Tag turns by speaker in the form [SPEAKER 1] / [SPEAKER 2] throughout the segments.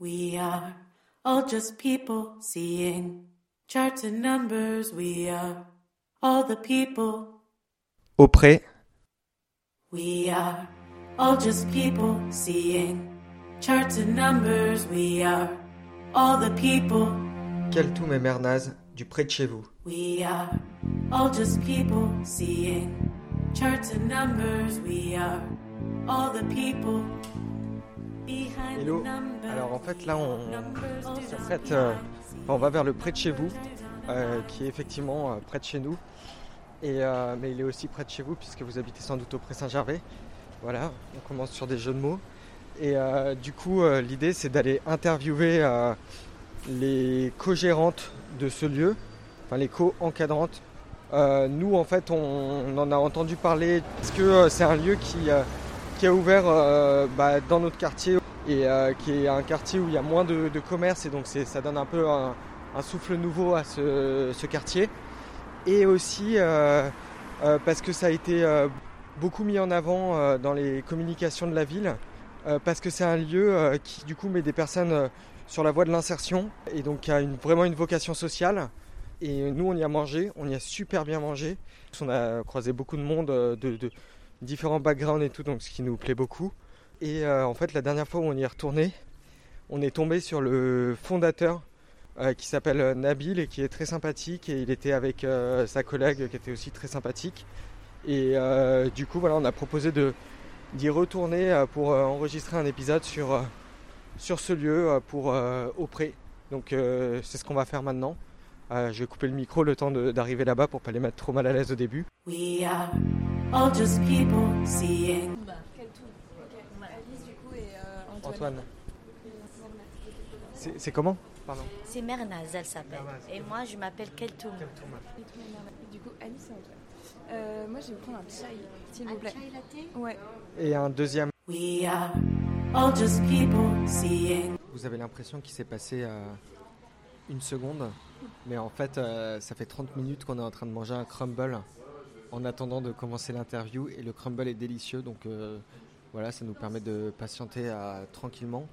[SPEAKER 1] We are all just people seeing charts and numbers. We are all the people.
[SPEAKER 2] Auprès,
[SPEAKER 1] We are all just people seeing charts and numbers. We are all the people.
[SPEAKER 2] Kaltoum et Mernaz, du près de chez vous.
[SPEAKER 1] We are all just people seeing charts and numbers. We are all the people behind the
[SPEAKER 2] Hello.
[SPEAKER 1] numbers.
[SPEAKER 2] Alors en fait là on,
[SPEAKER 1] Numbers do
[SPEAKER 2] en
[SPEAKER 1] not
[SPEAKER 2] fait, euh, on va vers le près de chez vous, euh, qui est effectivement euh, près de chez nous. Et, euh, mais il est aussi près de chez vous puisque vous habitez sans doute au pré Saint-Gervais. Voilà, on commence sur des jeux de mots. Et euh, du coup euh, l'idée c'est d'aller interviewer euh, les co-gérantes de ce lieu, enfin les co-encadrantes. Euh, nous en fait on, on en a entendu parler parce que euh, c'est un lieu qui, euh, qui a ouvert euh, bah, dans notre quartier et euh, qui est un quartier où il y a moins de, de commerce et donc c'est- ça donne un peu un, un souffle nouveau à ce, ce quartier. Et aussi euh, euh, parce que ça a été euh, beaucoup mis en avant euh, dans les communications de la ville, euh, parce que c'est un lieu euh, qui du coup met des personnes euh, sur la voie de l'insertion et donc qui a une- vraiment une vocation sociale. Et nous on y a mangé, on y a super bien mangé. On a croisé beaucoup de monde euh, de, de différents backgrounds et tout, donc ce qui nous plaît beaucoup. Et euh, en fait, la dernière fois où on y est retourné, on est tombé sur le fondateur euh, qui s'appelle euh, Nabil et qui est très sympathique. Et il était avec euh, sa collègue qui était aussi très sympathique. Et euh, du coup, voilà, on a proposé de d'y retourner euh, pour euh, enregistrer un épisode sur, euh, sur ce lieu euh, pour euh, Auprès. Donc euh, c'est ce qu'on va faire maintenant. Euh, je vais couper le micro le temps de- d'arriver là-bas pour pas les mettre trop mal à l'aise au début.
[SPEAKER 1] We are all just people seeing
[SPEAKER 3] Alice, du coup, et euh, Antoine.
[SPEAKER 2] Antoine. C'est c'est comment Pardon.
[SPEAKER 4] C'est Mernaz, elle s'appelle.
[SPEAKER 2] Mernaz,
[SPEAKER 4] Et moi, je m'appelle Keltoum.
[SPEAKER 3] Du coup, Alice et Antoine. Euh, moi, je vais vous prendre un chai, s'il vous plaît. Ouais.
[SPEAKER 2] Et un deuxième.
[SPEAKER 1] We are all just people seeing
[SPEAKER 2] Vous avez l'impression qu'il s'est passé euh, une seconde, mais en fait, euh, ça fait 30 minutes qu'on est en train de manger un crumble en attendant de commencer l'interview. Et le crumble est délicieux, donc euh, voilà, ça nous permet de patienter euh, tranquillement.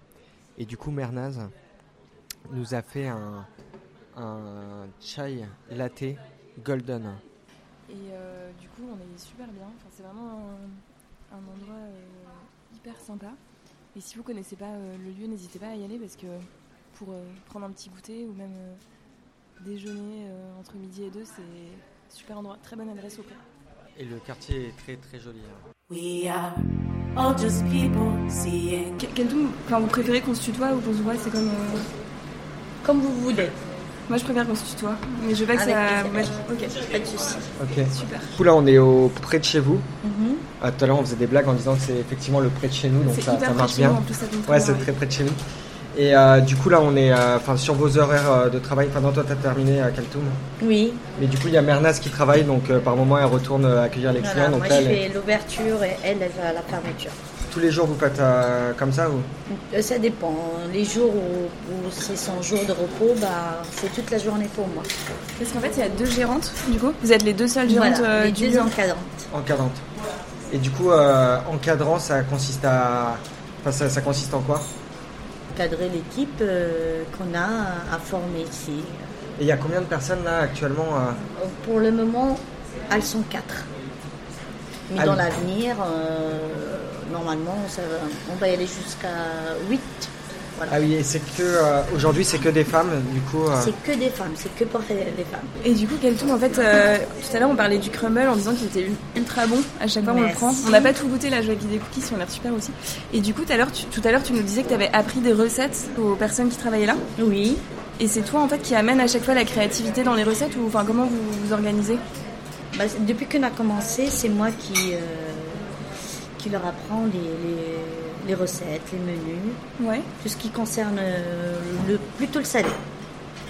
[SPEAKER 2] Et du coup, Mernaz nous a fait un, un chai latte golden.
[SPEAKER 3] Et euh, du coup, on est super bien. Enfin, c'est vraiment un, un endroit euh, hyper sympa. Et si vous connaissez pas euh, le lieu, n'hésitez pas à y aller parce que pour euh, prendre un petit goûter ou même euh, déjeuner euh, entre midi et deux, c'est super endroit. Très bonne adresse au pré.
[SPEAKER 2] Et le quartier est très très joli. hein.
[SPEAKER 1] We are all just people seeing
[SPEAKER 3] Keltoum, enfin, vous préférez qu'on se tutoie ou qu'on se voit C'est comme. euh,
[SPEAKER 4] Comme vous voulez.
[SPEAKER 3] Moi, je préfère qu'on se tutoie. Mais je veux pas
[SPEAKER 4] que Avec ça- plaisir. moi,
[SPEAKER 3] Ok,
[SPEAKER 4] Pas de soucis.
[SPEAKER 2] Ok.
[SPEAKER 3] super.
[SPEAKER 2] Du coup, là, on est au près de chez vous. Ah, tout à l'heure, on faisait des blagues en disant que c'est effectivement le près de chez nous, donc
[SPEAKER 3] Mm-hmm. C'est
[SPEAKER 2] ça,
[SPEAKER 3] hyper
[SPEAKER 2] ça marche
[SPEAKER 3] près de chez nous,
[SPEAKER 2] bien.
[SPEAKER 3] En plus, ça tombe
[SPEAKER 2] Ouais,
[SPEAKER 3] bien,
[SPEAKER 2] c'est très près de chez nous. Et euh, du coup, là, on est euh, enfin sur vos horaires euh, de travail. Enfin, non, toi, t'as terminé à Kaltoum.
[SPEAKER 4] Oui.
[SPEAKER 2] Mais du coup, il y a Mernaz qui travaille, donc euh, par moment, elle retourne euh, accueillir les
[SPEAKER 4] Voilà,
[SPEAKER 2] clients.
[SPEAKER 4] moi,
[SPEAKER 2] donc là,
[SPEAKER 4] je
[SPEAKER 2] elle-
[SPEAKER 4] fais l'ouverture et elle, elle va à la fermeture.
[SPEAKER 2] tous les jours, vous faites euh, comme ça ou
[SPEAKER 4] Euh, Ça dépend. Les jours où, où c'est son jour de repos, bah, c'est toute la journée pour moi.
[SPEAKER 3] Parce qu'en fait, il y a deux gérantes, du coup. Vous êtes les deux seules gérantes
[SPEAKER 4] voilà,
[SPEAKER 3] euh,
[SPEAKER 4] les
[SPEAKER 3] du
[SPEAKER 4] deux
[SPEAKER 3] lieu.
[SPEAKER 4] encadrantes.
[SPEAKER 2] Encadrante. Et du coup, euh, encadrant, ça consiste à. Enfin, ça, ça consiste en quoi
[SPEAKER 4] Encadrer l'équipe euh, qu'on a à former ici.
[SPEAKER 2] Et il y a combien de personnes là actuellement euh,
[SPEAKER 4] Euh, Pour le moment, elles sont quatre. Mais
[SPEAKER 2] Ah
[SPEAKER 4] dans
[SPEAKER 2] oui.
[SPEAKER 4] l'avenir, euh, normalement, ça va- on va y aller jusqu'à huit. Voilà.
[SPEAKER 2] Ah oui, et c'est que. euh, Aujourd'hui, c'est que des femmes, du coup. euh,
[SPEAKER 4] C'est que des femmes, c'est que pour les femmes.
[SPEAKER 3] Et du coup, Keltoum, en fait, euh, tout à l'heure, on parlait du crumble en disant qu'il était ultra bon. À chaque fois, on le
[SPEAKER 4] Merci.
[SPEAKER 3] prend. On n'a pas tout goûté, là, je vais avec des cookies, ils ont l'air super aussi. Et du coup, tout à l'heure, tu, tout à l'heure, tu nous disais que tu avais appris des recettes aux personnes qui travaillaient là.
[SPEAKER 4] Oui.
[SPEAKER 3] Et c'est toi, en fait, qui amène à chaque fois la créativité dans les recettes ou enfin, comment vous vous organisez
[SPEAKER 4] Bah, c'est- depuis qu'on a commencé, c'est moi qui, euh, qui leur apprends les, les- les recettes, les menus,
[SPEAKER 3] Ouais.
[SPEAKER 4] tout ce qui concerne euh, le, plutôt le salé.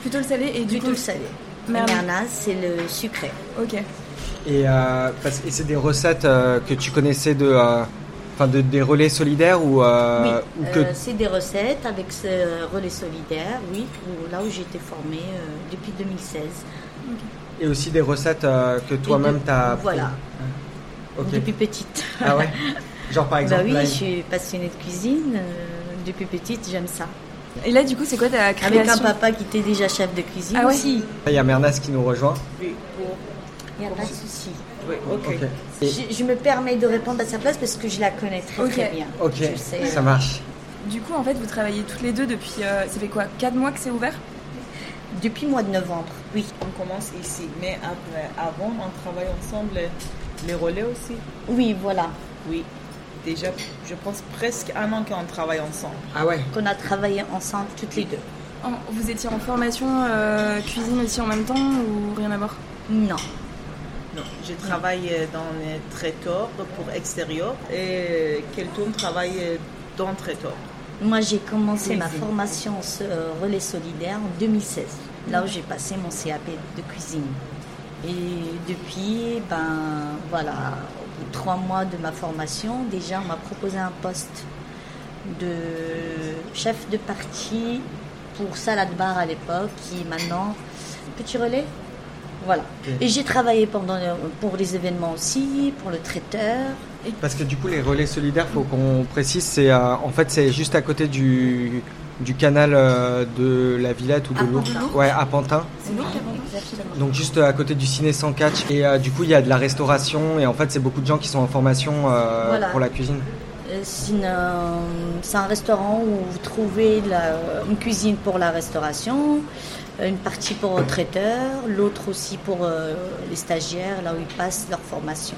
[SPEAKER 3] Plutôt le salé et du
[SPEAKER 4] Plutôt
[SPEAKER 3] coup.
[SPEAKER 4] le salé.
[SPEAKER 3] Merde.
[SPEAKER 4] Mernas, c'est le sucré.
[SPEAKER 3] Ok.
[SPEAKER 2] Et, euh, parce- et c'est des recettes euh, que tu connaissais de, euh, enfin de- des relais solidaires ou, euh,
[SPEAKER 4] oui.
[SPEAKER 2] ou que
[SPEAKER 4] Euh, c'est des recettes avec ce relais solidaire, oui, où- là où j'ai été formée euh, depuis 2016.
[SPEAKER 2] et aussi des recettes euh, que toi-même
[SPEAKER 4] de-
[SPEAKER 2] t'as Hein
[SPEAKER 4] voilà.
[SPEAKER 2] Ok.
[SPEAKER 4] Depuis petite.
[SPEAKER 2] Ah ouais. Genre par
[SPEAKER 4] Bah
[SPEAKER 2] exemple.
[SPEAKER 4] oui,
[SPEAKER 2] là,
[SPEAKER 4] je suis passionnée de cuisine. euh, depuis petite, j'aime ça.
[SPEAKER 3] Et là, du coup, c'est quoi ta création
[SPEAKER 4] Avec un papa qui était déjà chef de cuisine
[SPEAKER 3] Ah ouais
[SPEAKER 4] aussi.
[SPEAKER 2] Il y a Mernas qui nous rejoint.
[SPEAKER 5] Oui, bon,
[SPEAKER 4] Il n'y a pas de souci.
[SPEAKER 5] oui, ok.
[SPEAKER 2] Ok. Et-
[SPEAKER 4] Je, je me permets de répondre à sa place parce que je la connais très très
[SPEAKER 3] Ok.
[SPEAKER 4] bien.
[SPEAKER 2] ok,
[SPEAKER 4] Je sais.
[SPEAKER 2] ça marche.
[SPEAKER 3] Du coup, en fait, vous travaillez toutes les deux depuis. euh, ça fait quoi 4 mois que c'est ouvert
[SPEAKER 4] Depuis le mois de novembre, oui.
[SPEAKER 5] On commence ici, mais après, avant, on travaille ensemble les relais aussi.
[SPEAKER 4] Oui, voilà.
[SPEAKER 5] Oui, déjà, je pense presque un an qu'on travaille ensemble.
[SPEAKER 2] Ah ouais
[SPEAKER 4] Qu'on a travaillé ensemble toutes les deux.
[SPEAKER 3] En- Vous étiez en formation euh, cuisine aussi en même temps ou rien à voir
[SPEAKER 4] Non.
[SPEAKER 5] Non, je travaille euh, dans les traiteur pour extérieur et Keltoum travaille euh, dans traiteur.
[SPEAKER 4] Moi, j'ai commencé
[SPEAKER 5] Oui,
[SPEAKER 4] ma
[SPEAKER 5] c'est-
[SPEAKER 4] formation en ce- euh, relais solidaire en 2016, là où j'ai passé mon CAP de cuisine. Et depuis, ben voilà, au bout de trois mois de ma formation, déjà, on m'a proposé un poste de chef de partie pour salade bar à l'époque, qui est maintenant petit relais. Voilà.
[SPEAKER 2] Ok.
[SPEAKER 4] Et j'ai travaillé pendant le- pour les événements aussi, pour le traiteur.
[SPEAKER 2] Parce que du coup, les relais solidaires, faut qu'on précise, c'est euh, en fait c'est juste à côté du, du canal euh, de la Villette ou de
[SPEAKER 4] À
[SPEAKER 2] Lourdes.
[SPEAKER 4] Pantin.
[SPEAKER 2] Ouais, à Pantin.
[SPEAKER 4] Exactement.
[SPEAKER 2] Donc juste à côté du ciné sans catch. Et euh, du coup, il y a de la restauration. Et en fait, c'est beaucoup de gens qui sont en formation euh,
[SPEAKER 4] Voilà.
[SPEAKER 2] pour la cuisine.
[SPEAKER 4] Euh, C'est une, euh, c'est un restaurant où vous trouvez la- une cuisine pour la restauration, euh, une partie pour le traiteur, l'autre aussi pour euh, les stagiaires, là où ils passent leur formation.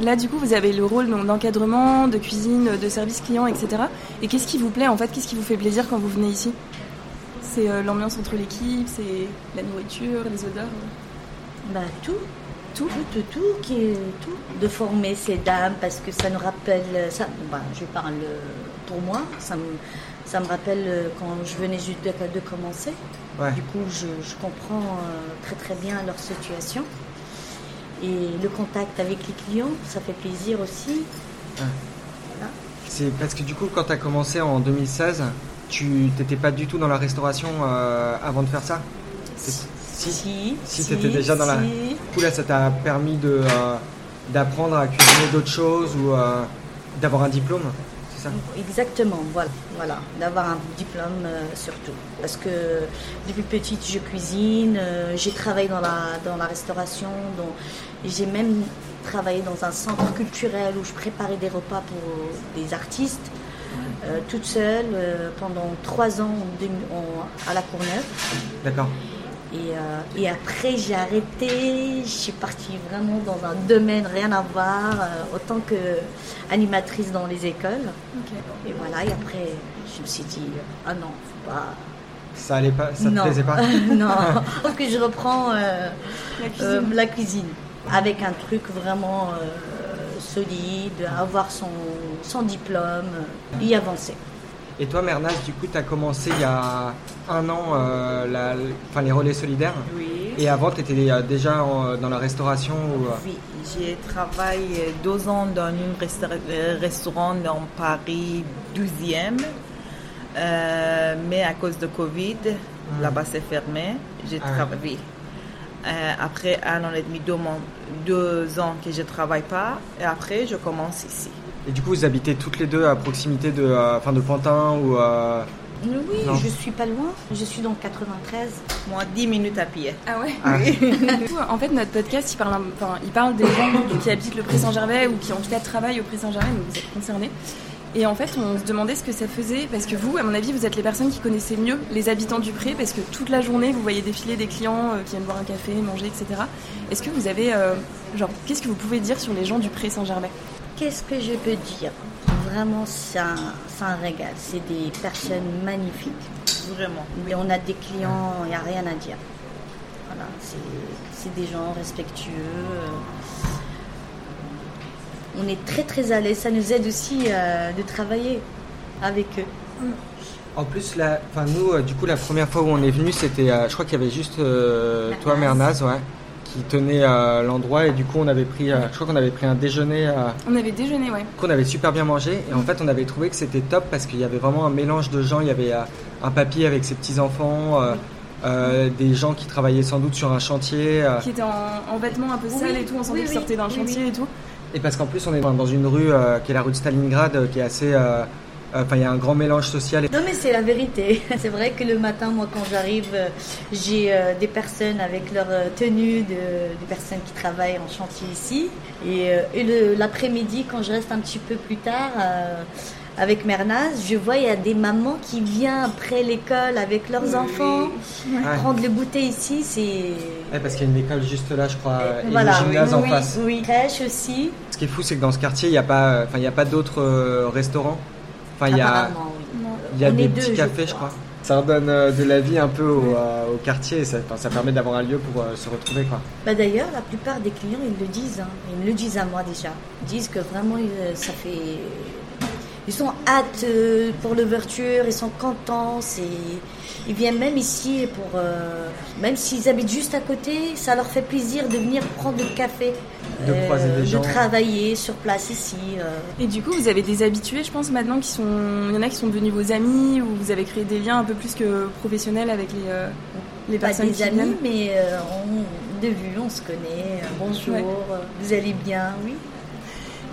[SPEAKER 3] Là, du coup, vous avez le rôle donc, d'encadrement, de cuisine, de service client, etc. Et qu'est-ce qui vous plaît en fait Qu'est-ce qui vous fait plaisir quand vous venez ici C'est euh, l'ambiance entre l'équipe, c'est la nourriture, les odeurs. euh.
[SPEAKER 4] Bah, tout, tout, tout, tout, tout, qui est- tout. De former ces dames parce que ça nous rappelle, ça, bah, je parle euh, pour moi, ça me, ça me rappelle euh, quand je venais juste de, de commencer.
[SPEAKER 2] Ouais.
[SPEAKER 4] Du coup, je, je comprends euh, très très bien leur situation. Et le contact avec les clients, ça fait plaisir aussi.
[SPEAKER 2] C'est parce que du coup, quand tu as commencé en 2016, tu t'étais pas du tout dans la restauration euh, avant de faire ça C'est- Si.
[SPEAKER 4] si,
[SPEAKER 2] Si, t'étais déjà dans la- Du coup, là, ça t'a permis de, euh, d'apprendre à cuisiner d'autres choses ou euh, d'avoir un diplôme C'est ça
[SPEAKER 4] Exactement, voilà, voilà, d'avoir un diplôme euh, surtout. Parce que depuis petite, je cuisine, euh, j'ai travaillé dans la, dans la restauration, dans- et j'ai même travaillé dans un centre culturel où je préparais des repas pour des artistes, euh, toute seule, euh, pendant trois ans en deux- en- à La Courneuve.
[SPEAKER 2] D'accord.
[SPEAKER 4] Et, euh, et après, j'ai arrêté. Je suis partie vraiment dans un domaine rien à voir, euh, autant que animatrice dans les écoles. Et voilà, et après, je me suis dit, ah non, faut pas.
[SPEAKER 2] Ça allait pas, ça te
[SPEAKER 4] non.
[SPEAKER 2] plaisait pas
[SPEAKER 4] non, faut que je reprends euh,
[SPEAKER 3] La cuisine.
[SPEAKER 4] euh, la cuisine avec un truc vraiment euh, solide, avoir son, son diplôme, euh, y avancer.
[SPEAKER 2] Et toi, Mernas, du coup, tu as commencé il y a un an euh, la- enfin, les relais solidaires.
[SPEAKER 5] Oui.
[SPEAKER 2] Et avant, tu étais déjà en- dans la restauration ou, euh,
[SPEAKER 5] Oui, j'ai travaillé deux ans dans un resta- euh, restaurant dans Paris 12e, Euh, mais à cause de Covid, là-bas c'est fermé. J'ai
[SPEAKER 2] Ah.
[SPEAKER 5] travaillé. Euh, après un an et demi, deux, mois- deux ans que je ne travaille pas, et après je commence ici.
[SPEAKER 2] Et du coup, vous habitez toutes les deux à proximité de, euh, enfin, de Pantin ou. euh,
[SPEAKER 4] Oui,
[SPEAKER 2] Non.
[SPEAKER 4] je suis pas loin, je suis dans le 93.
[SPEAKER 5] Moi, 10 minutes à pied.
[SPEAKER 3] Ah ouais
[SPEAKER 2] Ah.
[SPEAKER 3] Du coup, en fait, notre podcast, il parle, un- enfin, il parle des gens qui habitent le Pré-Saint-Gervais ou qui en tout cas travaillent au Pré-Saint-Gervais, donc vous êtes concernés. Et en fait, on se demandait ce que ça faisait, parce que vous, à mon avis, vous êtes les personnes qui connaissez mieux les habitants du Pré, parce que toute la journée, vous voyez défiler des clients euh, qui viennent boire un café, manger, etc. Est-ce que vous avez, euh, genre, qu'est-ce que vous pouvez dire sur les gens du Pré-Saint-Gervais
[SPEAKER 4] Qu'est-ce que je peux dire Vraiment, c'est un, c'est un régal. C'est des personnes magnifiques.
[SPEAKER 5] Vraiment.
[SPEAKER 4] Et on a des clients, il n'y a rien à dire. Voilà, c'est- c'est des gens respectueux. On est très très à l'aise. Ça nous aide aussi euh, de travailler avec eux.
[SPEAKER 2] En plus, la, enfin, nous, euh, du coup, la première fois où on est venu, c'était, euh, je crois qu'il y avait juste euh, toi, Mernaz, ouais, qui tenait euh, l'endroit. Et du coup, on avait pris, euh, je crois qu'on avait pris un déjeuner euh,
[SPEAKER 3] On avait déjeuné, ouais.
[SPEAKER 2] qu'on avait super bien mangé. Et en fait, on avait trouvé que c'était top parce qu'il y avait vraiment un mélange de gens. Il y avait euh, un papy avec ses petits enfants, des gens qui travaillaient sans doute sur un chantier. euh,
[SPEAKER 3] Qui était en, en vêtements un peu
[SPEAKER 4] Oui,
[SPEAKER 3] sales et tout, on sentait
[SPEAKER 4] oui,
[SPEAKER 3] qu'ils
[SPEAKER 4] oui,
[SPEAKER 3] sortaient d'un
[SPEAKER 4] oui,
[SPEAKER 3] chantier et tout.
[SPEAKER 2] Et parce qu'en plus, on est dans une rue euh, qui est la rue de Stalingrad, euh, qui est assez euh, Enfin, il y a un grand mélange social.
[SPEAKER 4] Non, mais c'est la vérité. C'est vrai que le matin, moi, quand j'arrive, euh, j'ai euh, des personnes avec leur euh, tenue, de, des personnes qui travaillent en chantier ici. Et, euh, et le- l'après-midi, quand je reste un petit peu plus tard euh, avec Mernaz, je vois il y a des mamans qui viennent après l'école avec leurs enfants.
[SPEAKER 2] Ouais.
[SPEAKER 4] Prendre le goûter ici, c'est...
[SPEAKER 2] Ouais, parce qu'il y a une école juste là, je crois, et
[SPEAKER 4] Voilà,
[SPEAKER 2] le gymnase
[SPEAKER 4] oui,
[SPEAKER 2] en
[SPEAKER 4] oui,
[SPEAKER 2] face.
[SPEAKER 4] Oui, crèche aussi.
[SPEAKER 2] Ce qui est fou, c'est que dans ce quartier, il n'y a pas, euh, enfin, il y a pas d'autres euh, restaurants. Enfin, il y a,
[SPEAKER 4] Apparemment, oui.
[SPEAKER 2] il y a
[SPEAKER 4] On
[SPEAKER 2] des
[SPEAKER 4] est
[SPEAKER 2] petits
[SPEAKER 4] deux, je
[SPEAKER 2] cafés, je crois.
[SPEAKER 4] crois.
[SPEAKER 2] Ça redonne euh, de la vie un peu au, euh, au quartier et ça, enfin, ça permet d'avoir un lieu pour euh, se retrouver, quoi.
[SPEAKER 4] Bah D'ailleurs, la plupart des clients, ils le disent. hein. Ils me le disent à moi déjà. Ils disent que vraiment, ils- euh, ça fait... Ils sont hâte euh, pour l'ouverture, ils sont contents. c'est- Ils viennent même ici pour... euh, Même s'ils habitent juste à côté, ça leur fait plaisir de venir prendre le café. euh,
[SPEAKER 2] De croiser des gens.
[SPEAKER 4] De travailler sur place ici. euh.
[SPEAKER 3] Et du coup, vous avez des habitués, je pense, maintenant qui sont. Il y en a qui sont devenus vos amis ou vous avez créé des liens un peu plus que professionnels avec les, euh, les
[SPEAKER 4] pas
[SPEAKER 3] personnes
[SPEAKER 4] des
[SPEAKER 3] qui
[SPEAKER 4] amis,
[SPEAKER 3] viennent.
[SPEAKER 4] mais euh, on- de vue, on se connaît. euh, Bonjour,
[SPEAKER 3] Ouais.
[SPEAKER 4] euh, vous allez bien, oui.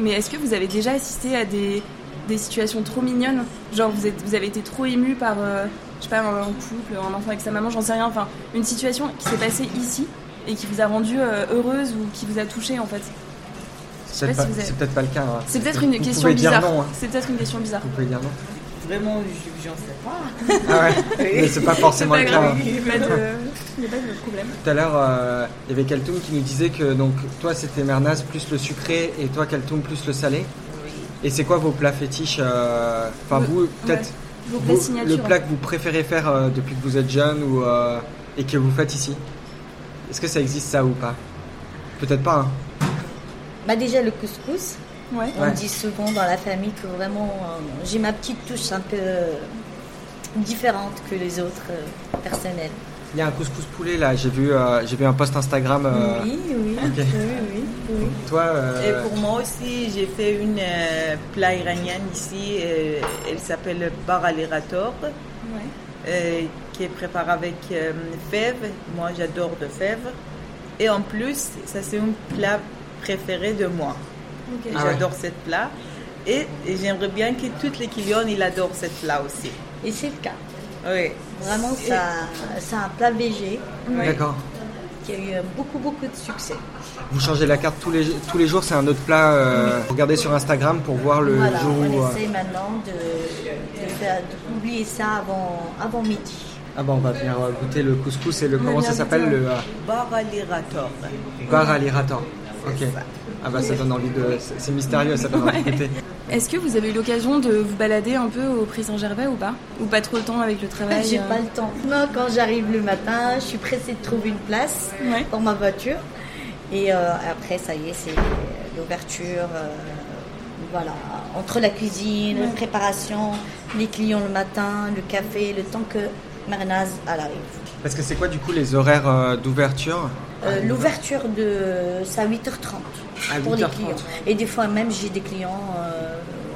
[SPEAKER 3] Mais est-ce que vous avez déjà assisté à des, des situations trop mignonnes Genre, vous, êtes, vous avez été trop ému par, euh, je sais pas, un, un couple, un enfant avec sa maman, j'en sais rien. Enfin, une situation qui s'est passée ici et qui vous a rendu euh, heureuse ou qui vous a touché en fait.
[SPEAKER 2] C'est
[SPEAKER 3] pas
[SPEAKER 2] peut-être pas,
[SPEAKER 3] si vous avez-
[SPEAKER 2] c'est peut-être pas le cas. hein.
[SPEAKER 3] C'est peut-être une
[SPEAKER 2] Vous
[SPEAKER 3] question
[SPEAKER 2] pouvez dire
[SPEAKER 3] bizarre.
[SPEAKER 2] non, hein.
[SPEAKER 3] C'est peut-être une question bizarre.
[SPEAKER 2] Vous pouvez dire non.
[SPEAKER 5] Vraiment, je- j'en sais pas.
[SPEAKER 2] Ah ouais. Mais c'est pas
[SPEAKER 3] C'est
[SPEAKER 2] forcément
[SPEAKER 3] pas
[SPEAKER 2] le cas.
[SPEAKER 3] grave,
[SPEAKER 2] hein.
[SPEAKER 3] il n'y a, pas de- il y a pas de problème.
[SPEAKER 2] Tout à l'heure, euh, il y avait Kaltoum qui nous disait que donc toi c'était Mernaz plus le sucré et toi Kaltoum plus le salé. Et c'est quoi vos plats fétiches euh, Enfin
[SPEAKER 3] Le-
[SPEAKER 2] vous, peut-être
[SPEAKER 3] Vos
[SPEAKER 2] vous,
[SPEAKER 3] vraies signatures.
[SPEAKER 2] le plat que vous préférez faire euh, depuis que vous êtes jeune ou euh, et que vous faites ici. Est-ce que ça existe ça ou pas Peut-être pas. hein.
[SPEAKER 4] Bah déjà le couscous,
[SPEAKER 3] Ouais.
[SPEAKER 4] on
[SPEAKER 2] Ouais.
[SPEAKER 4] dit souvent dans la famille que vraiment euh, j'ai ma petite touche un peu euh, différente que les autres euh, personnels.
[SPEAKER 2] Il y a un couscous poulet là. J'ai vu, euh, j'ai vu un post Instagram. euh,
[SPEAKER 4] Oui, oui,
[SPEAKER 2] ok.
[SPEAKER 4] oui, oui, oui.
[SPEAKER 2] Toi, euh,
[SPEAKER 5] Et pour moi aussi, j'ai fait une euh, plat iranienne ici. euh, elle s'appelle bar alirator,
[SPEAKER 3] ouais.
[SPEAKER 5] euh, qui est préparée avec euh, fèves. Moi, j'adore de fèves. Et en plus, ça c'est un plat préféré de moi.
[SPEAKER 3] Ok.
[SPEAKER 5] Et
[SPEAKER 2] Ah ouais.
[SPEAKER 5] j'adore cette plat. Et, et j'aimerais bien que toutes les clients, ils adorent cette plat aussi.
[SPEAKER 4] Et c'est le cas.
[SPEAKER 5] Oui.
[SPEAKER 4] Vraiment,
[SPEAKER 5] Et-
[SPEAKER 4] ça, c'est un plat végé
[SPEAKER 5] oui.
[SPEAKER 2] D'accord.
[SPEAKER 4] qui a eu euh, beaucoup, beaucoup de succès.
[SPEAKER 2] Vous changez la carte tous les tous les jours. C'est un autre plat. euh, Regardez sur Instagram pour voir le
[SPEAKER 4] voilà,
[SPEAKER 2] jour où.
[SPEAKER 4] on
[SPEAKER 2] euh,
[SPEAKER 4] essaie maintenant de, de faire- de publier ça avant, avant midi.
[SPEAKER 2] Ah bah on va venir euh, goûter le couscous et le
[SPEAKER 3] va
[SPEAKER 2] comment
[SPEAKER 3] bien
[SPEAKER 2] ça s'appelle
[SPEAKER 3] goûter,
[SPEAKER 2] le euh,
[SPEAKER 5] Bar alirator.
[SPEAKER 2] bar à l'irator. Ok. Ah bah ça donne envie de. c'est- C'est mystérieux, ça donne envie de goûter.
[SPEAKER 3] Est-ce que vous avez eu l'occasion de vous balader un peu au Prix Saint-Gervais ou pas Ou pas trop le temps avec le travail
[SPEAKER 4] J'ai
[SPEAKER 3] euh,
[SPEAKER 4] pas le temps. Non, quand j'arrive le matin, je suis pressée de trouver une place
[SPEAKER 3] Ouais.
[SPEAKER 4] pour ma voiture. Et euh, après, ça y est, c'est l'ouverture. euh, voilà, entre la cuisine, la préparation, les clients le matin, le café, le temps que Marinaz elle arrive.
[SPEAKER 2] Parce que c'est quoi du coup les horaires euh, d'ouverture
[SPEAKER 4] Euh, L'ouverture de c'est à 8h30
[SPEAKER 2] Ah, À
[SPEAKER 4] pour les
[SPEAKER 2] 8h30.
[SPEAKER 4] clients. Et des fois même j'ai des clients euh,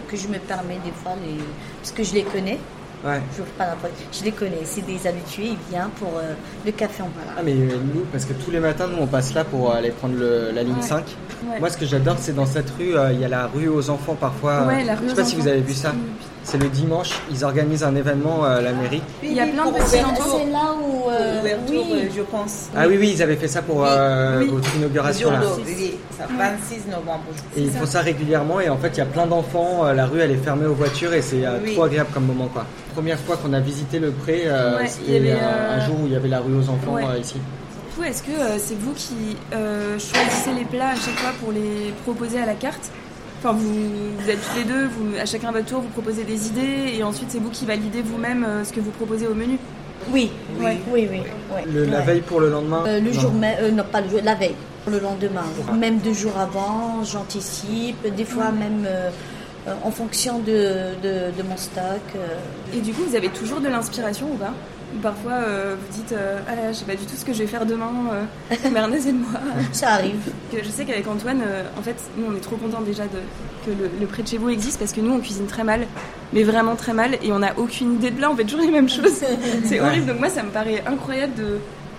[SPEAKER 4] que je me permets des fois les... parce que je les connais.
[SPEAKER 2] Ouais.
[SPEAKER 4] J'ouvre pas la porte. Je les connais, c'est des habitués, ils viennent pour euh, le café en bas.
[SPEAKER 2] Ah mais euh, nous, parce que tous les matins, nous, on passe là pour aller prendre le- la ligne
[SPEAKER 3] Ouais.
[SPEAKER 2] 5.
[SPEAKER 3] Ouais.
[SPEAKER 2] Moi, ce que j'adore, c'est dans cette rue, euh, il y a la rue aux enfants parfois.
[SPEAKER 3] Ouais, la
[SPEAKER 2] euh,
[SPEAKER 3] rue
[SPEAKER 2] je sais
[SPEAKER 3] aux
[SPEAKER 2] pas si
[SPEAKER 3] enfants.
[SPEAKER 2] vous avez vu ça.
[SPEAKER 3] Mm.
[SPEAKER 2] C'est le dimanche, ils organisent un événement euh, à la mairie.
[SPEAKER 3] Il y a plein de
[SPEAKER 5] Pour
[SPEAKER 3] petits
[SPEAKER 5] ouvert-
[SPEAKER 4] Ah,
[SPEAKER 3] endroits.
[SPEAKER 4] c'est là où. euh,
[SPEAKER 5] Ouverture, euh,
[SPEAKER 4] oui.
[SPEAKER 5] je pense.
[SPEAKER 2] Ah oui, oui, ils avaient fait ça pour euh,
[SPEAKER 3] Oui.
[SPEAKER 2] votre
[SPEAKER 5] Le
[SPEAKER 2] inauguration.
[SPEAKER 5] jour
[SPEAKER 2] Là.
[SPEAKER 5] d'eau, oui, ça,
[SPEAKER 4] Mm.
[SPEAKER 5] 26 novembre.
[SPEAKER 2] Et ils font ça régulièrement et en fait il y a plein d'enfants, euh, la rue elle est fermée aux voitures et c'est euh,
[SPEAKER 5] Oui.
[SPEAKER 2] trop agréable comme moment quoi. Première fois qu'on a visité le pré, euh,
[SPEAKER 3] Ouais, il y
[SPEAKER 2] c'était
[SPEAKER 3] avait,
[SPEAKER 2] un-
[SPEAKER 3] euh,
[SPEAKER 2] un jour où il y avait la rue aux enfants
[SPEAKER 3] Ouais.
[SPEAKER 2] euh, ici.
[SPEAKER 3] Du coup, est-ce que euh, c'est vous qui euh, choisissez les plats à chaque fois pour les proposer à la carte Enfin, vous, vous êtes tous les deux, vous, à chacun votre tour, vous proposez des idées et ensuite c'est vous qui validez vous-même euh, ce que vous proposez au menu.
[SPEAKER 4] Oui, oui, oui, oui. ouais.
[SPEAKER 2] Le- La
[SPEAKER 4] Ouais.
[SPEAKER 2] veille pour le lendemain.
[SPEAKER 4] Euh, le
[SPEAKER 2] Non.
[SPEAKER 4] jour même, euh, non pas le jour, la veille, le lendemain, même deux jours avant, j'anticipe, des fois
[SPEAKER 2] Mm.
[SPEAKER 4] même euh, euh, en fonction de, de, de mon stock. euh.
[SPEAKER 3] Et du coup, vous avez toujours de l'inspiration ou pas Ou parfois euh, vous dites euh, Ah là, je sais pas du tout ce que je vais faire demain, euh, Mernez et moi.
[SPEAKER 2] Mm.
[SPEAKER 4] ça arrive.
[SPEAKER 3] Que je sais qu'avec Antoine, euh, en fait, nous on est trop contents déjà de, que le, le près de chez vous existe parce que nous on cuisine très mal, mais vraiment très mal, et on n'a aucune idée de là, on fait toujours les mêmes choses. C'est horrible, donc moi ça me paraît incroyable de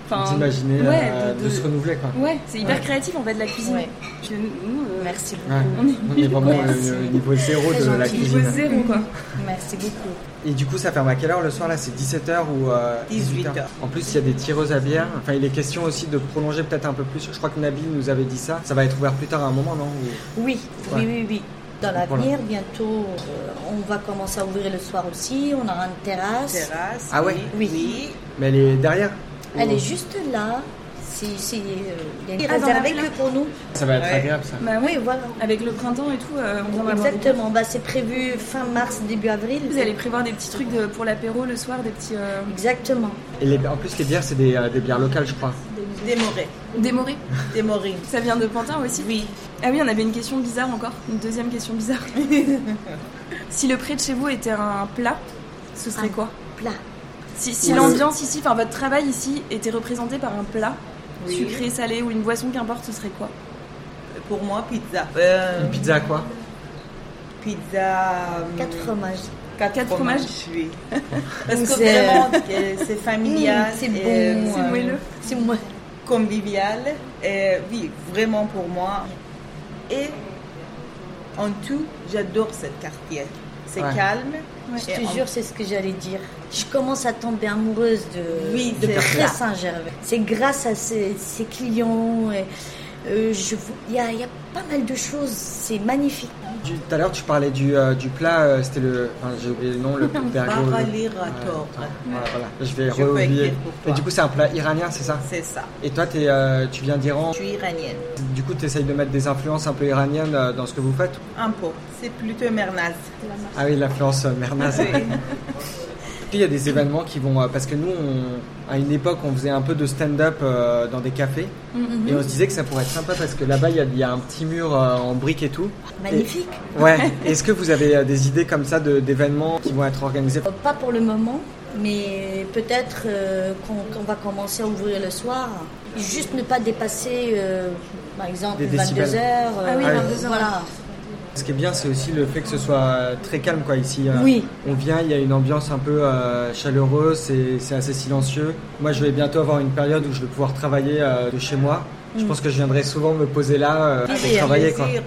[SPEAKER 3] Enfin,
[SPEAKER 2] D'imaginer euh,
[SPEAKER 3] ouais,
[SPEAKER 2] de, se renouveler quoi.
[SPEAKER 3] Ouais, c'est hyper
[SPEAKER 2] Ouais.
[SPEAKER 3] créatif en fait la cuisine.
[SPEAKER 4] Ouais.
[SPEAKER 3] Parce que nous, euh,
[SPEAKER 4] Mm. Merci beaucoup.
[SPEAKER 2] Ouais.
[SPEAKER 3] on est
[SPEAKER 2] On est vraiment
[SPEAKER 4] Ouais,
[SPEAKER 2] euh,
[SPEAKER 4] c'est-
[SPEAKER 2] au niveau zéro
[SPEAKER 4] Très
[SPEAKER 2] de la
[SPEAKER 4] gentil.
[SPEAKER 2] cuisine.
[SPEAKER 3] niveau zéro quoi.
[SPEAKER 4] Merci beaucoup.
[SPEAKER 2] Et du coup, ça ferme à quelle heure le soir là C'est 17h ou euh,
[SPEAKER 5] 18 heures.
[SPEAKER 2] En plus, il y a des tireuses à bière. Enfin, il est question aussi de prolonger peut-être un peu plus. Je crois que Nabil nous avait dit ça. Ça va être ouvert plus tard à un moment, non Ou-
[SPEAKER 4] Oui,
[SPEAKER 2] Ouais.
[SPEAKER 4] oui, oui, oui. Dans
[SPEAKER 2] Voilà.
[SPEAKER 4] l'avenir, bientôt, euh, on va commencer à ouvrir le soir aussi. On aura une terrasse.
[SPEAKER 5] Terrasse.
[SPEAKER 2] Ah ouais.
[SPEAKER 5] Oui.
[SPEAKER 4] Oui.
[SPEAKER 2] Mais elle est derrière Ou-
[SPEAKER 4] Elle est juste là. C'est, c'est, euh, il y a une
[SPEAKER 3] Ah,
[SPEAKER 4] terrasse
[SPEAKER 3] dans la
[SPEAKER 4] avec
[SPEAKER 3] villa.
[SPEAKER 4] que pour nous.
[SPEAKER 2] Ça va être
[SPEAKER 5] Ouais.
[SPEAKER 2] agréable ça.
[SPEAKER 3] Bah ouais,
[SPEAKER 4] Oui, voilà.
[SPEAKER 3] avec le printemps et tout, euh, on vient d'avoir des-
[SPEAKER 4] Exactement. Bah, c'est prévu fin mars, début avril.
[SPEAKER 3] Vous allez prévoir des petits trucs de- pour l'apéro le soir, des petits euh,
[SPEAKER 4] Exactement.
[SPEAKER 2] Et les- en plus, les bières, c'est des, euh, des bières locales, je crois.
[SPEAKER 5] Des morets.
[SPEAKER 3] des morées.
[SPEAKER 5] Des morets.
[SPEAKER 3] Ça vient de Pantin aussi
[SPEAKER 5] Oui.
[SPEAKER 3] Ah oui, on avait une question bizarre encore, une deuxième question bizarre. si le pré de chez vous était un plat, ce serait
[SPEAKER 4] Ah.
[SPEAKER 3] quoi
[SPEAKER 4] Plat.
[SPEAKER 3] Si, si
[SPEAKER 4] Ouais.
[SPEAKER 3] l'ambiance ici, enfin votre travail ici était représenté par un plat,
[SPEAKER 5] Oui.
[SPEAKER 3] sucré, salé ou une boisson, qu'importe, ce serait quoi
[SPEAKER 5] Pour moi, pizza. Euh,
[SPEAKER 2] Une pizza quoi
[SPEAKER 5] Pizza. euh,
[SPEAKER 4] Quatre fromages.
[SPEAKER 5] quatre
[SPEAKER 3] Quatre
[SPEAKER 5] fromages.
[SPEAKER 3] fromages.
[SPEAKER 5] Oui. Parce que
[SPEAKER 4] C'est-
[SPEAKER 5] vraiment, euh, c'est familial.
[SPEAKER 4] Mmh, c'est bon.
[SPEAKER 5] et,
[SPEAKER 4] C'est
[SPEAKER 5] euh,
[SPEAKER 3] moelleux.
[SPEAKER 4] C'est moi.
[SPEAKER 5] Convivial. Et oui, vraiment pour moi. Et en tout, j'adore ce quartier. C'est
[SPEAKER 2] Ouais.
[SPEAKER 5] calme.
[SPEAKER 4] Je
[SPEAKER 5] Et
[SPEAKER 4] te
[SPEAKER 5] en-
[SPEAKER 4] jure, c'est ce que j'allais dire. Je commence à tomber amoureuse de,
[SPEAKER 5] Oui,
[SPEAKER 4] de
[SPEAKER 5] c'est
[SPEAKER 4] Pré
[SPEAKER 5] ça.
[SPEAKER 4] Saint-Gervais. C'est grâce à ses, ses clients. et, euh, je vous- Il y, a- il y a pas mal de choses. C'est magnifique.
[SPEAKER 2] Tu- Tout à l'heure, tu parlais du, euh, du plat, euh, c'était le. Enfin, j'ai oublié le nom, le bergot. le-
[SPEAKER 5] Baralirator.
[SPEAKER 2] Ouais, voilà, voilà. Je vais
[SPEAKER 5] Je peux
[SPEAKER 2] re-oublier.
[SPEAKER 5] écrire pour
[SPEAKER 2] Et
[SPEAKER 5] toi.
[SPEAKER 2] du coup, c'est un plat iranien, c'est ça
[SPEAKER 5] C'est ça.
[SPEAKER 2] Et toi, t'es, euh, tu viens d'Iran
[SPEAKER 5] Je suis iranienne.
[SPEAKER 2] Du coup, tu essayes de mettre des influences un peu iraniennes euh, dans ce que vous faites
[SPEAKER 5] Un peu. C'est plutôt Mernaz.
[SPEAKER 2] Ah oui, l'influence euh, Mernaz.
[SPEAKER 5] Oui.
[SPEAKER 2] Est-ce qu'il y a des événements qui vont. euh, parce que nous, on- à une époque, on faisait un peu de stand-up euh, dans des cafés.
[SPEAKER 5] Mm-hmm.
[SPEAKER 2] Et on se disait que ça pourrait être sympa parce que là-bas, il y a- il y, a un petit mur euh, en briques et tout.
[SPEAKER 4] Magnifique.
[SPEAKER 2] Ouais. Est-ce que vous avez euh, des idées comme ça de- d'événements qui vont être organisés
[SPEAKER 4] Euh, Pas pour le moment, mais peut-être euh, qu'on qu'on va commencer à ouvrir le soir. Juste ne pas dépasser, euh, par exemple,
[SPEAKER 2] Des décibels.
[SPEAKER 4] 22h.
[SPEAKER 3] Ah oui,
[SPEAKER 2] 22
[SPEAKER 3] heures.
[SPEAKER 4] Voilà.
[SPEAKER 2] Ce qui est bien, c'est aussi le fait que ce soit euh, très calme, quoi, ici. euh,
[SPEAKER 4] Oui.
[SPEAKER 2] On vient, il y a une ambiance un peu euh, chaleureuse, c'est c'est assez silencieux. Moi, je vais bientôt avoir une période où je vais pouvoir travailler euh, de chez moi. Je pense que je viendrai souvent me poser là euh,
[SPEAKER 4] Plaisir.
[SPEAKER 2] et travailler, quoi.
[SPEAKER 5] Plaisir.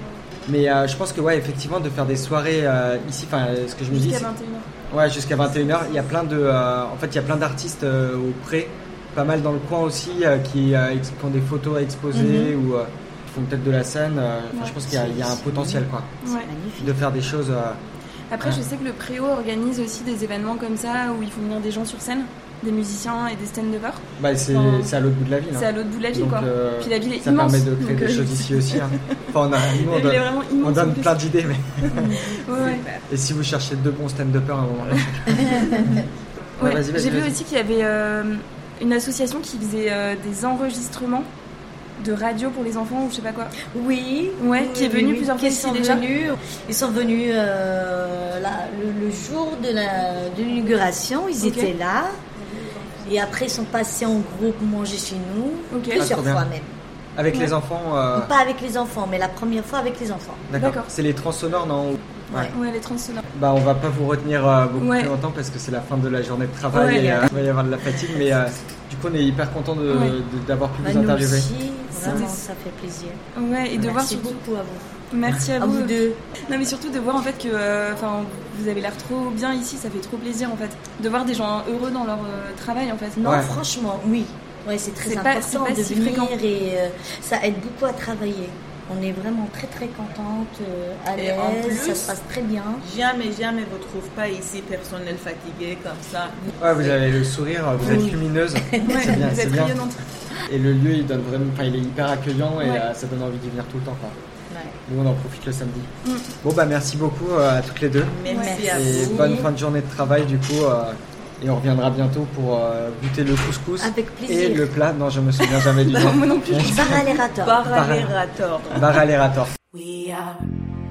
[SPEAKER 2] Mais euh, je pense que, ouais, effectivement, de faire des soirées euh, ici, enfin, euh, ce que je me dis,
[SPEAKER 3] Jusqu'à
[SPEAKER 2] c'est
[SPEAKER 3] 21h.
[SPEAKER 2] Ouais, jusqu'à 21h. Il y a plein de, euh, en fait, il y a plein d'artistes euh, au pré, pas mal dans le coin aussi, euh, qui, euh, ex- qui ont des photos à exposer
[SPEAKER 3] Mhm.
[SPEAKER 2] ou euh, qui font peut-être de la scène. euh, enfin, je pense qu'il y a- il y, a un potentiel, quoi,
[SPEAKER 3] Ouais.
[SPEAKER 4] Magnifique.
[SPEAKER 2] de faire des choses. euh,
[SPEAKER 3] Après, je sais que le Préau organise aussi des événements comme ça où ils font venir des gens sur scène, des musiciens et des stand-uppers.
[SPEAKER 2] bah, c'est
[SPEAKER 3] Enfin,
[SPEAKER 2] c'est à l'autre bout de la ville. hein.
[SPEAKER 3] C'est à l'autre bout de la ville,
[SPEAKER 2] Donc,
[SPEAKER 3] quoi.
[SPEAKER 2] euh,
[SPEAKER 3] Puis la ville est
[SPEAKER 2] ça
[SPEAKER 3] immense.
[SPEAKER 2] permet de créer
[SPEAKER 3] donc,
[SPEAKER 2] des
[SPEAKER 3] euh,
[SPEAKER 2] choses ici aussi. hein. Enfin, on a- nous,
[SPEAKER 3] La
[SPEAKER 2] on
[SPEAKER 3] ville est
[SPEAKER 2] donne,
[SPEAKER 3] vraiment
[SPEAKER 2] on
[SPEAKER 3] immense.
[SPEAKER 2] donne
[SPEAKER 3] en plus.
[SPEAKER 2] plein d'idées, mais
[SPEAKER 3] Ouais, ouais.
[SPEAKER 2] et si vous cherchez deux bons stand-uppers à un moment là.
[SPEAKER 3] Ouais,
[SPEAKER 2] vas-y, vas-y,
[SPEAKER 3] J'ai vu
[SPEAKER 2] vas-y.
[SPEAKER 3] aussi qu'il y avait euh, une association qui faisait euh, des enregistrements de radio pour les enfants ou je sais pas quoi.
[SPEAKER 4] Oui,
[SPEAKER 3] Ouais,
[SPEAKER 4] oui,
[SPEAKER 3] qui est
[SPEAKER 4] oui,
[SPEAKER 3] venu
[SPEAKER 4] oui,
[SPEAKER 3] plusieurs
[SPEAKER 4] qui
[SPEAKER 3] fois ici
[SPEAKER 4] sont
[SPEAKER 3] déjà.
[SPEAKER 4] venus- ils sont venus euh, là, le, le jour de la- de l'inauguration, ils
[SPEAKER 3] Ok.
[SPEAKER 4] étaient là. Et après, ils sont passés en groupe manger chez nous,
[SPEAKER 3] Ok.
[SPEAKER 2] Ah,
[SPEAKER 4] plusieurs
[SPEAKER 2] trop bien.
[SPEAKER 4] fois même.
[SPEAKER 2] Avec les enfants. euh,
[SPEAKER 4] Pas avec les enfants, mais la première fois avec les enfants.
[SPEAKER 2] D'accord.
[SPEAKER 3] D'accord.
[SPEAKER 2] C'est les trans sonores, non Ouais.
[SPEAKER 3] Ouais, les transsonores.
[SPEAKER 2] Bah, on va pas vous retenir euh, beaucoup
[SPEAKER 3] Ouais.
[SPEAKER 2] plus longtemps parce que c'est la fin de la journée de travail
[SPEAKER 3] Ouais.
[SPEAKER 2] et euh, il va y avoir de la fatigue, mais euh, du coup, on est hyper content de-
[SPEAKER 3] Ouais.
[SPEAKER 2] de- d'avoir pu
[SPEAKER 4] Bah,
[SPEAKER 2] vous
[SPEAKER 4] nous
[SPEAKER 2] interviewer.
[SPEAKER 4] aussi, vraiment,
[SPEAKER 3] C'était-
[SPEAKER 4] ça fait plaisir.
[SPEAKER 3] Ouais, et de voir
[SPEAKER 4] Merci
[SPEAKER 3] surtout.
[SPEAKER 4] beaucoup à vous.
[SPEAKER 3] Merci à,
[SPEAKER 4] À vous deux.
[SPEAKER 3] Non, mais surtout de voir en fait que euh, enfin, vous avez l'air trop bien ici, ça fait trop plaisir en fait. De voir des gens heureux dans leur euh, travail en fait.
[SPEAKER 4] Non,
[SPEAKER 2] Ouais.
[SPEAKER 4] franchement, oui. Ouais, c'est très
[SPEAKER 3] C'est pas- c'est
[SPEAKER 4] important
[SPEAKER 3] pas
[SPEAKER 4] de
[SPEAKER 3] si
[SPEAKER 4] venir
[SPEAKER 3] fréquent.
[SPEAKER 4] et euh, ça aide beaucoup à travailler. On est vraiment très très contente, euh, à
[SPEAKER 5] Et en
[SPEAKER 4] l'aise, ça
[SPEAKER 5] plus-
[SPEAKER 4] se passe très bien.
[SPEAKER 5] Jamais, jamais vous trouve pas ici personnel fatigué comme ça.
[SPEAKER 2] Ouais, vous avez le sourire, vous êtes
[SPEAKER 4] Oui.
[SPEAKER 2] lumineuse.
[SPEAKER 3] Ouais,
[SPEAKER 2] c'est bien,
[SPEAKER 3] vous
[SPEAKER 2] c'est
[SPEAKER 3] êtes
[SPEAKER 2] bien.
[SPEAKER 3] rayonnante.
[SPEAKER 2] Et le lieu, il donne vraiment, enfin, il est hyper accueillant et
[SPEAKER 3] Ouais.
[SPEAKER 2] euh, ça donne envie d'y venir tout le temps. quoi.
[SPEAKER 4] Ouais.
[SPEAKER 2] Nous, on en profite le samedi.
[SPEAKER 3] Mm.
[SPEAKER 2] Bon, bah, merci beaucoup euh, à toutes les deux.
[SPEAKER 5] Merci
[SPEAKER 4] Ouais.
[SPEAKER 5] à
[SPEAKER 2] Et
[SPEAKER 5] vous.
[SPEAKER 2] bonne fin de journée de travail, du coup. euh, et on reviendra bientôt pour euh, goûter le couscous
[SPEAKER 4] Avec
[SPEAKER 2] et
[SPEAKER 4] plaisir.
[SPEAKER 2] le plat. Non, je me souviens jamais du nom.
[SPEAKER 3] Non, moi non plus.
[SPEAKER 4] Sarah Lerator.
[SPEAKER 5] Baralirator.
[SPEAKER 2] Bar à l'Erator.
[SPEAKER 1] We are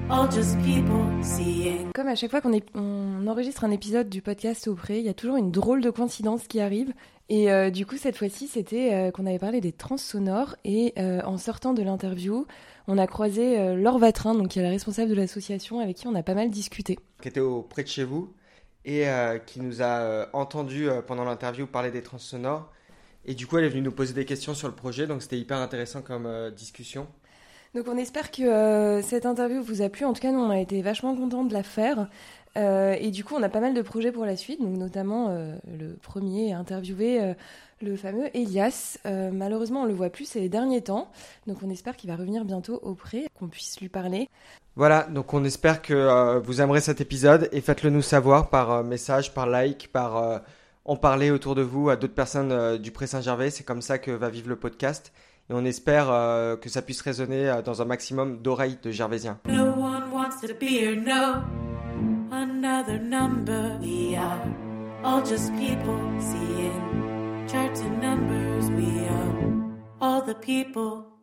[SPEAKER 1] all just people seeing.
[SPEAKER 6] Comme à chaque fois qu'on est- on enregistre un épisode du podcast au pré, il y a toujours une drôle de coïncidence qui arrive. Et euh, du coup, cette fois-ci, c'était euh, qu'on avait parlé des trans sonores. Et euh, en sortant de l'interview, on a croisé euh, Laure Vatrin, donc, qui est la responsable de l'association, avec qui on a pas mal discuté.
[SPEAKER 2] qui était auprès de chez vous et euh, qui nous a euh, entendu euh, pendant l'interview parler des trans sonores Et du coup, elle est venue nous poser des questions sur le projet, donc c'était hyper intéressant comme euh, discussion.
[SPEAKER 3] Donc on espère que euh, cette interview vous a plu. En tout cas, nous, on a été vachement contents de la faire. Euh, et du coup, on a pas mal de projets pour la suite, donc notamment euh, le premier à interviewer euh, le fameux Elias. Euh, malheureusement, on le voit plus ces derniers temps, donc on espère qu'il va revenir bientôt auprès, qu'on puisse lui parler.
[SPEAKER 2] Voilà, donc on espère que euh, vous aimerez cet épisode et faites-le nous savoir par euh, message, par like, par euh, en parler autour de vous à d'autres personnes euh, du Pré Saint-Gervais. C'est comme ça que va vivre le podcast et on espère euh, que ça puisse résonner euh, dans un maximum d'oreilles de Gervaisiens.
[SPEAKER 1] No one wants to be or no another number. We are all just people seeing charts and numbers. We are all the people